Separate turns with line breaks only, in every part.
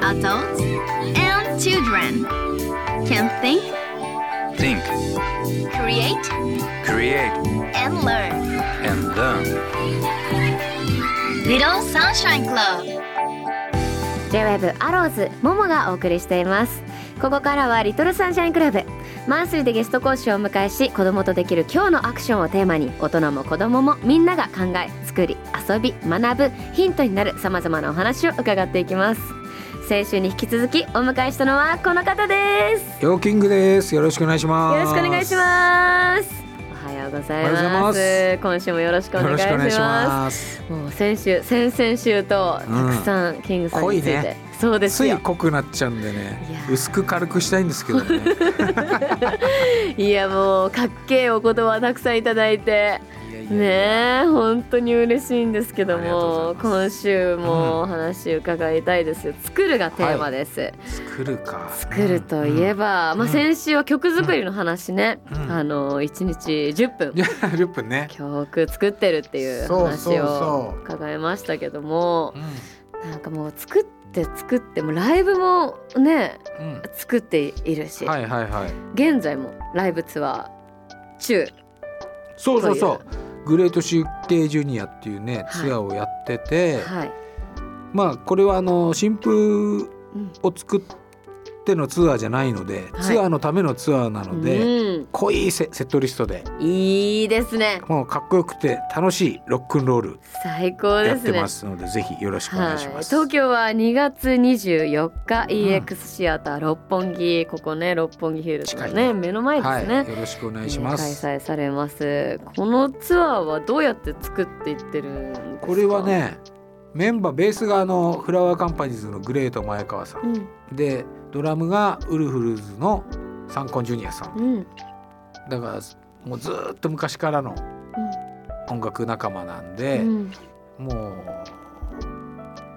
Adults and children can think,
Think,
create,
create,
and learn.
and learn.
Little Sunshine Club.
J-WAVE アローズももがお送りしていますここからはリトルサンシャインクラブマンスリーでゲスト講師をお迎えし子供とできる今日のアクションをテーマに大人も子供もみんなが考え作り遊び学ぶヒントになるさまざまなお話を伺っていきます先週に引き続きお迎えしたのはこの方です
ヨーキングです。よろしくお願いします。
よろしくお願いしますおはようございます
おはようござ
今週もよろしくお願いし
よろ
ます
す。
もう先週先々週とたくさん、キングさんについて、
濃いね
そうです
つい
よ
濃くなっちゃうんでね
いや、ー
薄く軽くしたいんですけどね。
いやもうかっけえお言葉たくさんいただいてねえ本当に嬉しいんですけど
ありがと
も
うござい
今
ま
週もお話伺いたいですよ「作る」がテーマです、
作るか。
作るといえば、まあ、
うん
先週は曲作りの話ね、
うん
あの1日10分
いや、ルップね。
曲作ってるっていう
そう
話
そう
を
そう
伺いましたけども
うん
なんかもう作って作ってもうライブもね
うん
作っているし、
はいはいはい。
現在もライブツアー中
そうそうそう。グレートシューケイジュニアっていうね、ツアーをやってて、
はい、
まあこれはあの新風
うん
を作ってのツアーじゃないので、
はい
ツアーのためのツアーなので、
うん
濃いセセットリストで、
いいですね。
もうかっこよくて楽しいロックンロール
最高
や
で
っ
す
て
ね。
ますので、ぜひよろしくお願いします。
東京は2月24日
うん
EX シアター六本木、ここね六本木ヒルズの
近
ね
い
目の前ですね、
はい、よろしくお願いします。
えー開催されますこのツアーはどうやって作っていってるんですか
これは、ね、メンバーベースがあのフラワーカンパニーズのグレート前川さ
うんん
で、ドラムがウルフルズのサンコンジュニアさん。
うん
だからもうずーっと昔からの音楽仲間なんで、
うん、
もう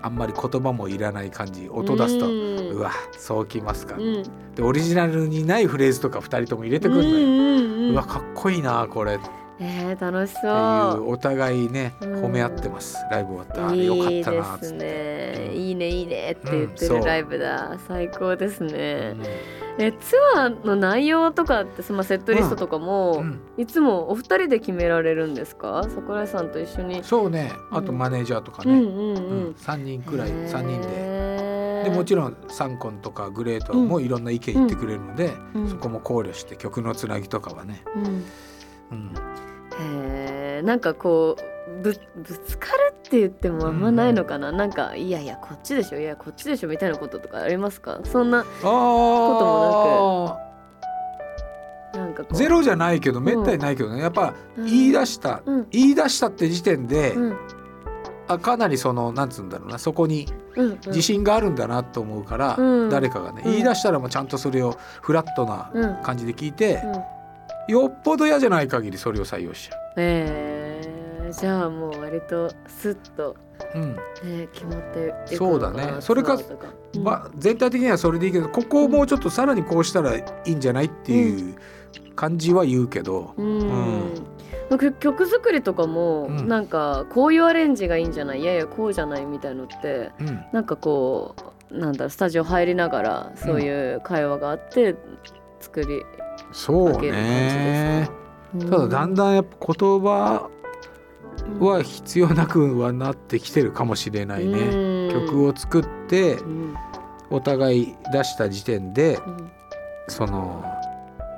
あんまり言葉もいらない感じ、音出すと。
うん
うわそうきますか、
うん、
でオリジナルにないフレーズとか2人とも入れてくるのよ、
うんう
うん
う
わ
ん、
かっこいいなこれ
えー、楽し
ってい
そう
お互いね
うん
褒め合ってます、ライブ終わったあ
う
れよか
い
っ
い
た
で
なっつ
す
って。
ねいいねいいねって言って
うんそ
る
う
ライブだ、最高ですね、
うん
えツアーの内容とかってそのセットリストとかも、
うん
いつもお二人で決められるんですか桜井さんと一緒に、
そうね
うん
あとマネージャーとか
うん
ね、
うん
う
うん
3人くらい
へー
3人ででもちろんサンコンとかグレートもいろんな意見言ってくれるので、
うん
そこも考慮して曲のつなぎとかはね、
うん
うん、
へーなんかこうぶぶつかるって言ってもあんまないのかな、なんかいやいやこっちでしょいやこっちでしょみたいなこととかありますかそんな
あー
なんかこう
ゼロじゃないけどめったにないけどね、やっぱ言い出した、
うん
言い出したって時点で、
うん
あかなりそのなんつうんだろうなそこに
うんうん
自信があるんだなと思うから、
うん
誰かがね、
うん
言い出したらもうちゃんとそれをフラットな
うんうん
感じで聞いて、よっぽど嫌じゃない限りそれを採用しちゃ
えーじゃあもう割とスッと、
う、うん
ね、決まっていく
そ
の
う
か
だ
な
ねそれか
ツアーとうん
まあ、全体的にはそれでいいけどここをもうちょっとさらにこうしたらいいんじゃないっていう感じは言うけど、
うん
う
曲曲作りとかも、
うん
なんかこういうアレンジがいいんじゃないいやいやこうじゃないみたいのって
うん
なんかこうなんだろうスタジオ入りながらそういう会話があって作り、
そう
分ける感じで
ね
すかうん
ただだんだんやっぱ言葉は必要なくはなってきてるかもしれないね。曲
を、
を作って
うん
お互い出した時点で
うん
その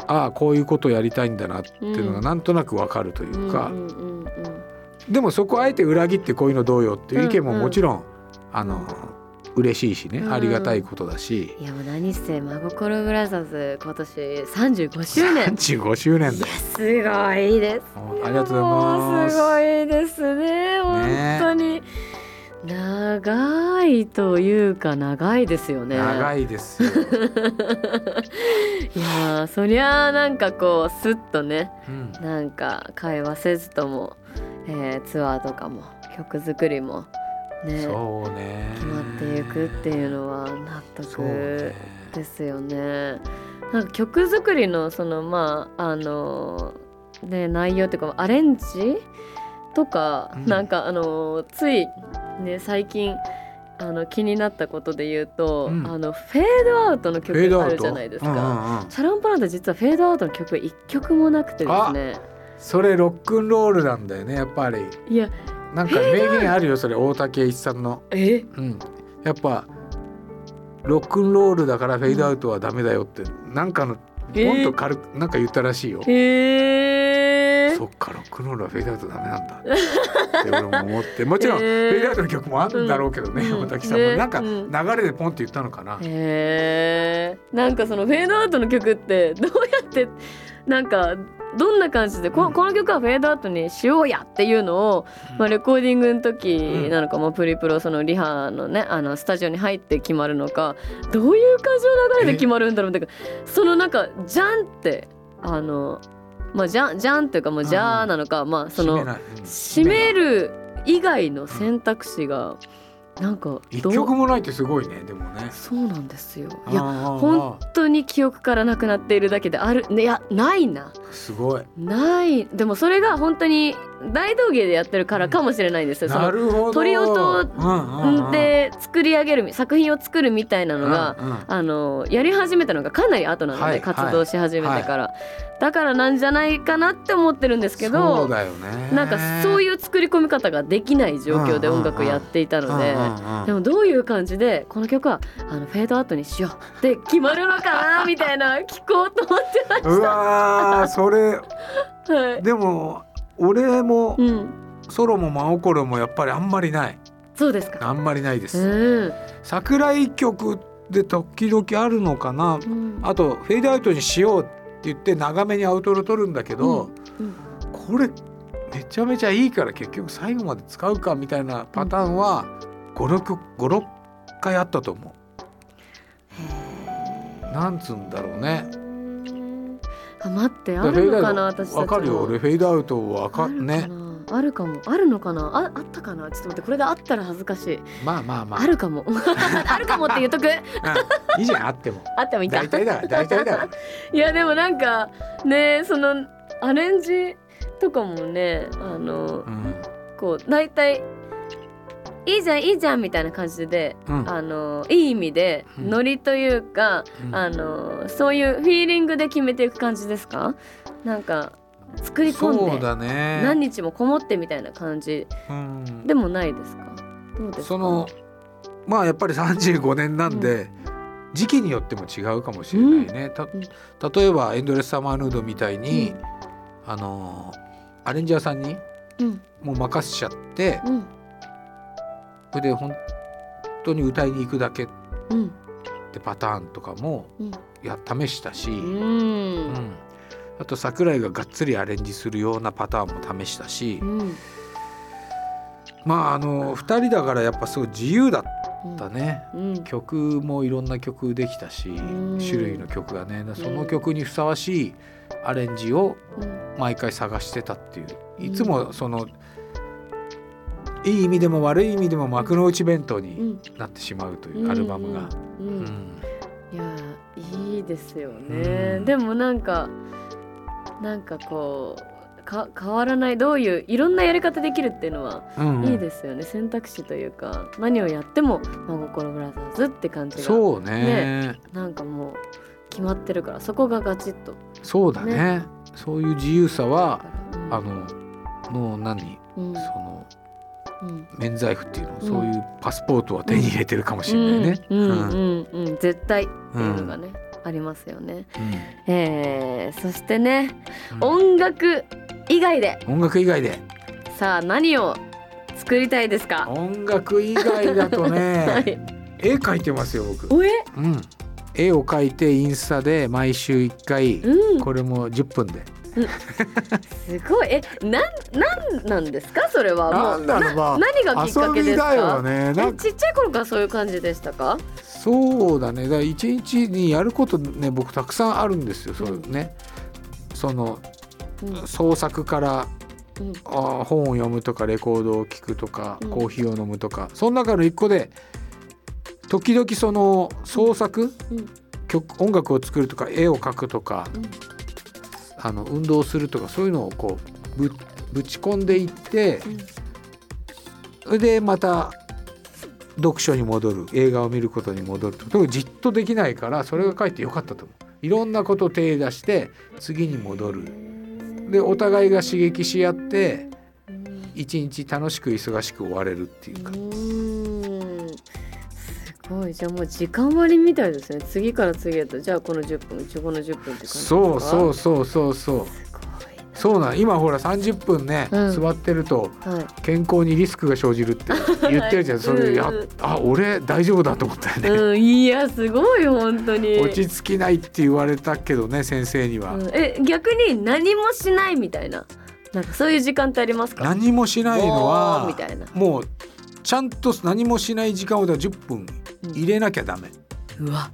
ああこういうことやりたいんだなっていうの
う
が
ん
なんとなくわかるというか、
うんうんうんうん
でもそこあえて裏切ってこういうのどうよっていう意見も
うんうん
もちろん、あの嬉しいしね、
うん
ありがたいことだし
いやもう何せ真心ブラザーズ今年35周 年
35周年
い
だ
や
よ
すごいです
ありがとうございます
もうすごいですね本
ね
当に、長いというか長いですよね
長
い
い ですよ、
いやーそりゃあなんかこうスッとね
うん
なんか会話せずとも、えーツアーとかも曲作りもね
そうね
決まっていくっていうのは納
そう
得
ね
ですよね。なんか曲作りのそのまああのね内容というかアレンジとか、
うん
なんかあのついね最近あの気になったことで言うと、
うん
あのフェードアウトの曲
フェード
あ
アウ
る
ト
じゃないです
うんう
か。
んうん
シャランポランタ実はフェードアウトの曲一曲もなくてですね。
それロックンロールなんだよねやっぱり
いや
なんか名言あるよそれ大竹一さんの
え
うんやっぱロックンロールだからフェードアウトはダメだよってなんかの
え
もっと軽くなんか言ったらしいよ
へえ
そっかロックンロールはフェードアウトダメなんだって俺も 思ってもちろん
え
フ
ー
ェードアウトの曲もあるんだろうけどね、
うん
大竹さん
うん
も、
ね
なんか
うん
流れでポンって言ったのかな、
へえなんかそのフェードアウトの曲ってどうやってなんかどんな感じでここの曲はフェードアウトにしようやっていうのを、まあ、レコーディングの時なのか、まあ、プリプロそのリハのねあのスタジオに入って決まるのかどういう感じの流れで決まるんだろうってかそのなんか「じゃん」ってあのまあ「じゃん」じゃんっていうかもう「じゃー」なのか、まあそ
締め
の
ないうん
締める以外の選択肢がなんか
一
どう
曲もないってすごいねでもね
そうなんですよ。いや
本
本当に記憶からなくなっているだけであるねいやないな
すごい
ないでもそれが本当に大道芸でやってるからかもしれないんですよ。そ
な
の
るほど
鳥音
うん
で作り上げる作品を作るみたいなのが、
うんうん
あのやり始めたのがかなり後なので、
はい
活動し始めてから、だからなんじゃないかなって思ってるんですけ
そ
ど
う。だよね
なんかそう
う
いう作り込み方ができない状況で音楽をやっていたので、
の
でもどういう感じでこの曲はあのフェードアウトにしようって決まるのかなみたいな聞こうと思ってまし
うわーそれ
た。はい。
でも俺も
うん。
ソロも真心もやっぱりあんまりない
そうですか。
あんまりないで
う
す、
ん。
桜井曲で時々あるのかな
うん
あとフェードアウトにしようって言って長めにアウトロ取るんだけど、
うんうん
これめちゃめちゃいいから結局最後まで使うかみたいなパターンは56回あったと思う。なんつうんだろうね。
あ待ってあ
だからフェ
るの
ード
か
アウ
な私
ト
たちも
わかるよ俺フェードアウトわか
あるか
ね
なあるかもあるのかなああったかなちょっと待ってこれであったら恥ずかしい、
まあまあまあ
あるかも あるかもって言うとく
うんいいじゃん あっても
あってもいいか
大体だから大体だから
いやでもなんかねそのアレンジとかもねあの
うん
こう大体いいじゃんいいじゃんみたいな感じで
うん
あのいい意味で
うん
ノリというか、
うん
あのそういうフィーリングで決めていく感じですかなんか作り込
そ
ん
う
で
だね
何日もこもってみたいな感じ
うん
でもないですかどうですか
そのまあやっぱり35年なんで、時期によっても違うかもしれないね。た例えば「エンドレス・サマー・ヌード」みたいに、
うん
あのーアレンジャーさんに
うん
もう任せちゃって
うん
それで本当に歌いに行くだけっ
うん
てパターンとかも
うん
や試したし、
う
うんんあと桜井ががっつりアレンジするようなパターンも試したし、
うん
まああの2人だからやっぱすごい自由だっ
うん
たね。
うん
曲もいろんな曲できたし
ん
種類の曲がねだからその曲にふさわしいアレンジを毎回探してたっていういつもそのいい意味でも悪い意味でも幕の内弁当
う
に
ん
なってしまうといううんアルバムが。
う
うんん
いやーいいですよね、
うん
でもなんかなんかこうか変わらないどういういろんなやり方できるっていうのは
うん
いいですよね、選択肢というか何をやっても真心ブラザーズって感じが
そうね
なんかもう決まってるからそこがガチッと
そうだねそういう自由さは
うん
あのもう何
うん
その
うん
免罪符っていうの
うん
そういうパスポートは手に入れてるかもしれないね。
うん
う
うん
うん
んうん、うん絶対っていうのがね、ありますよね、
う
えー、そしてね、
ん
音楽以外で
音楽以外で
さあ何を作りたいですか
音楽以外だと ね、
はい
絵描いてますよ僕、
おえ
うん、絵を描いてインスタで毎週1回
うん
これも10分です
ごいえなんなんなんですかそれはもう
だろうま
何がきっかけですか
ね
えちっちゃい頃からそういう感じでしたか
そうだねだから一日にやることね僕たくさんあるんですよそううんね、その
うん
創作から
うん
あー本を読むとかレコードを聴くとか、
うん
コーヒーを飲むとかその中の一個で時々その創作、
うん
曲音楽を作るとか絵を描くとか、
うん
あの運動するとかそういうのをこうぶぶち込んでいって
うん
それでまた読書に戻る映画を見ることに戻るとでもじっとできないからそれが書いてよかったと思ういろんなことを手出して次に戻るでお互いが刺激し合って一日楽しく忙しく終われるっていうか
うんすごいじゃあもう時間割りみたいですね次から次へとじゃあこの10分うちこの10分って感じですか
そうそううそうそうそう
す
そうなん今ほら30分ね、
うん
座ってると
ごい、はい、
健康にリスクが生じるって言ってるじゃんそれや
うん
あ俺大丈夫だと思ったよね、
うん、いやすごい本当に
落ち着きないって言われたけどね先生には、
うんえ逆に何もしないみたいななんかそういう時間ってありますか
何もしないの
おー
は
みたいな
もうちゃんと何もしない時間をだから10分入れなきゃダメ、
うわ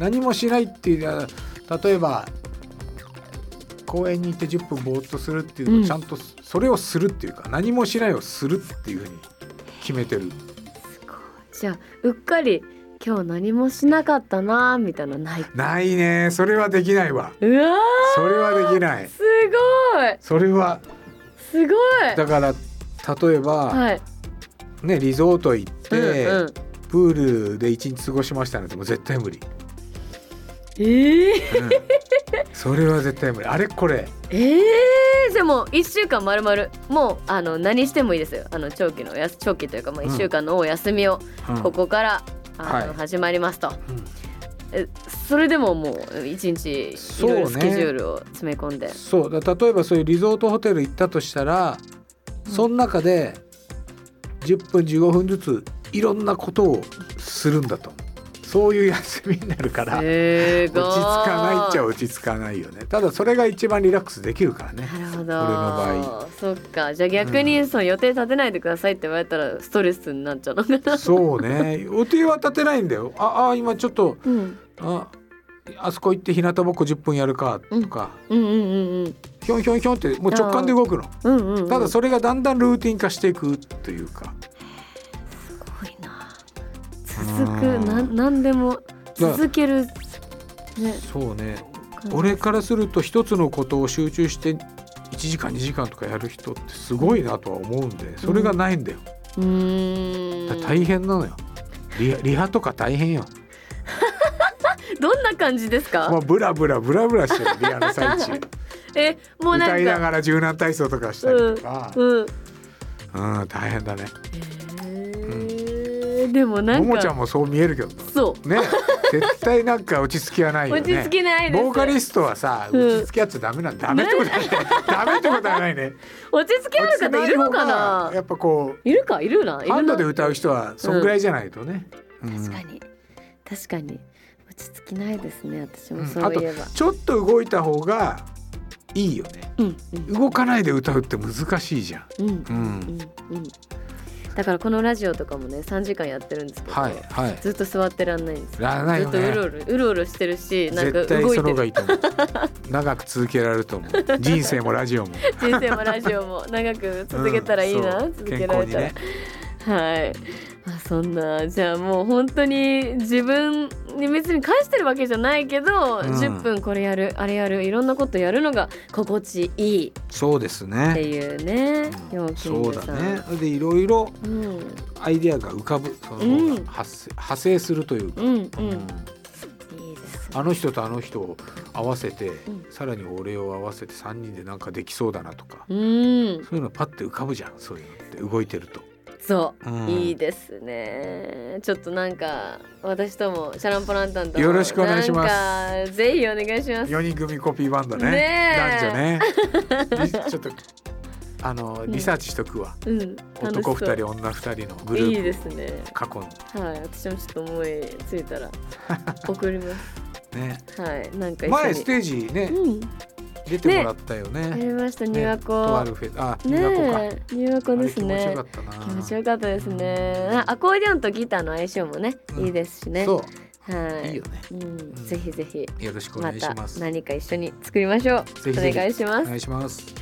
何もしないっていうのは例えば公園に行って10分ぼーっとするっていうの
う
を
ん
ちゃんとすそれをするっていうか何もしないをするっていうふうに決めてる
じゃあうっかり今日何もしなかったなーみたいなのない
ないねそれはできないわ
うわ
それはできな
ー
い
すごい
それは
すごい
だから例えば、
はい
ねリゾート行って、
うんうん
プールで一日過ごしましたなんてもう絶対無理、
ええ
うんそれは絶対無理あれこれ
ええでも一週間まるまるもうあの何してもいいですよあの長期のおやす長期というかまあ
うん
一週間のお休みを
うん
ここから、あの
はい
始まりますと、
うん
えそれでももう一日い
そう
ろ
ね
いろスケジュールを詰め込んで、
そうだ例えばそういうリゾートホテル行ったとしたら、
うん
その中で10分15分ずついろんなことをするんだとそういう休みになるから落ち
すごい
着かないっちゃ落ち着かないよねただそれが一番リラックスできるからね
なるほど
俺の場
そっかじゃあ逆にその予定立てないでくださいって言われたらストレスになっちゃうのかな、
そうね予定は立てないんだよああ今ちょっと
うん、
ああそこ行って日向ぼっこ10分やるかとか、
うんうんうん
ひょんひょんひょんってもう直感で動くの
うんうんうんうん
ただそれがだんだんルーティン化していくというか
すごいな続く
うん
なん何でも
だ
続けるね
そうね
感じ
俺からすると一つのことを集中して1時間2時間とかやる人ってすごいなとは思うんでそれがないんだよ、
うーん
だから大変なのよリハリハとか大変よ
どんな感じですか、
もうブラブラブラブラしてるリハの最中
え もうなんか
歌いながら柔軟体操とかしたりとか、
うん
うん大変だね
へーでもなんか
ももちゃんもそう見えるけどね
そ
ね絶対なんか落ち着きはな
う
いよね
落ち着きないです
ボーカリストはさ、
うん
落ち着きやっちゃダメなんだ。ダメってことはない。ダメってことはないね。
落ち着きある方いるのか
落ち着い方がや
な
っぱこ、
いるかいるないうるな
ハンドで歌う人はそんぐらいじゃないとね。うん
確かに確かに落ち着きないですね私
う
も
ん
そ
あ
う
と
いえば、
ちょっと動いた方がいいよね。
うんうん
動かないで歌うって難しいじゃん。
うんうん
う。
うんんだからこのラジオとかもね3時間やってるんですけど、
はいはい。
ずっと座ってらんないんですよ
らんないよね
ずっとうろうろうろうろしてるしなんか
絶対
動い
そ
て
の方
る
がいいと思う。長く続けられると 思う。人生もラジオも。
人生もラジオも長く続けたらいいな、
うんそ
続
う
けられたら、
健
はい、まあ、そんなじゃあもう本当に自分に別に返してるわけじゃないけど、
うん
10分これやるあれやるいろんなことやるのが心地いい
そうです
って
ね。
いうね、
う
ヨ
ん
ーキン
そ
グ
う
さ
だ
ん
ね。でいろいろ
うん
アイデアが浮かぶその
うん
方が発生,、派生するというか、
うんうん
うん
いいです
あの人とあの人を合わせて、
ん
さらに俺を合わせて3人でなんかできそうだなとか、
うん
そういうのパッて浮かぶじゃんそういうのって動いてると。
そう、
うん
いいですねちょっとなんか私ともシャランポランタンとも
よろしくお願いします
なんかぜひお願いします
4人組コピーバンド ね
ね
男女ねちょっとあのリサーチしとくわ、
うん、楽しそ
男
う
2人女2人のグループ
いいですね
過去の
はい私もちょっと思いついた ら送りま
ね
すはいなんか一緒に
前ステージね、
うんや
出てもらったよね
りました
ね
入学
とあ
を
るフェあ
ね
ニワコか、
え入学
あ
を
れ
です
気持ちよ
ね
かったな
気持ちよかったですねあアコーディオンとギターの相性もね
うん
いいですしね
そ
は
ういい
い
よね
うん
ん
ぜひぜひ
よろしくお
ま
願いしたます。
何か一緒に作りましょう
ぜひぜひ
お願いし
お
ます
願いします。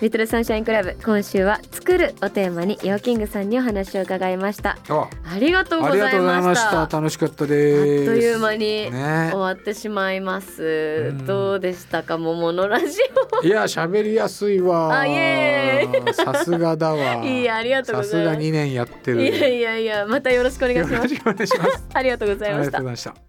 リトルサンシャインクラブ今週は作るをテーマにヨーキングさんにお話を伺いました
あ
ありがとうご
ありが
ざい
とうござい
ま
ま
し
した
たあっ
楽しかった
と
です
いう間に
ね
終わってしまいます、
うん
どうでしたか桃のラジ
いや喋りやすいわ
あイエ
さすがだわ
オいいありがとうござ
さす
いま
が
す
2年やって
い
る
やいやいやまたよろしくお願いしま
よ
す
ろしくお願いします
ありがとうござ
あ
いま
りが
し
と
た
うございました